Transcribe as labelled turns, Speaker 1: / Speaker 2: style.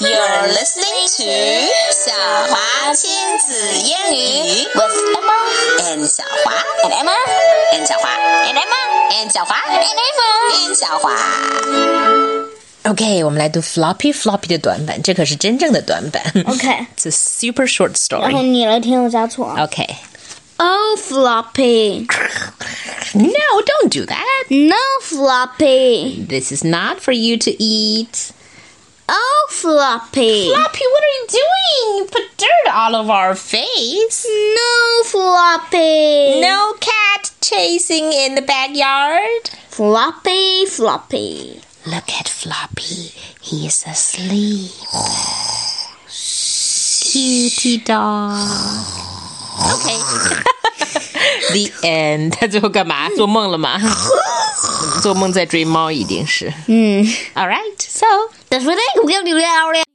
Speaker 1: are listening to 小华亲子英语 with Emma and 小华 and Emma and 小华 and Emma and 小华 and Emma and 小华。
Speaker 2: OK，我们来读 floppy floppy 的短板，这可是真正的短板。
Speaker 3: Okay.
Speaker 2: It's a super short
Speaker 3: 然后
Speaker 2: story.
Speaker 3: 你来添油加醋啊。
Speaker 2: OK.
Speaker 3: Oh, floppy.
Speaker 2: No, don't do that.
Speaker 3: No, floppy.
Speaker 2: This is not for you to eat.
Speaker 3: Oh, floppy.
Speaker 2: Floppy, what are you doing? You put dirt all over our face.
Speaker 3: No, floppy.
Speaker 2: No cat chasing in the backyard.
Speaker 3: Floppy, floppy.
Speaker 2: Look at Floppy. He is asleep. Cutie dog. Okay. The end. 他最后干嘛？做梦了吗？做梦在追猫，一定是。嗯。All right. So.
Speaker 3: That's what I think. We're going to do that already.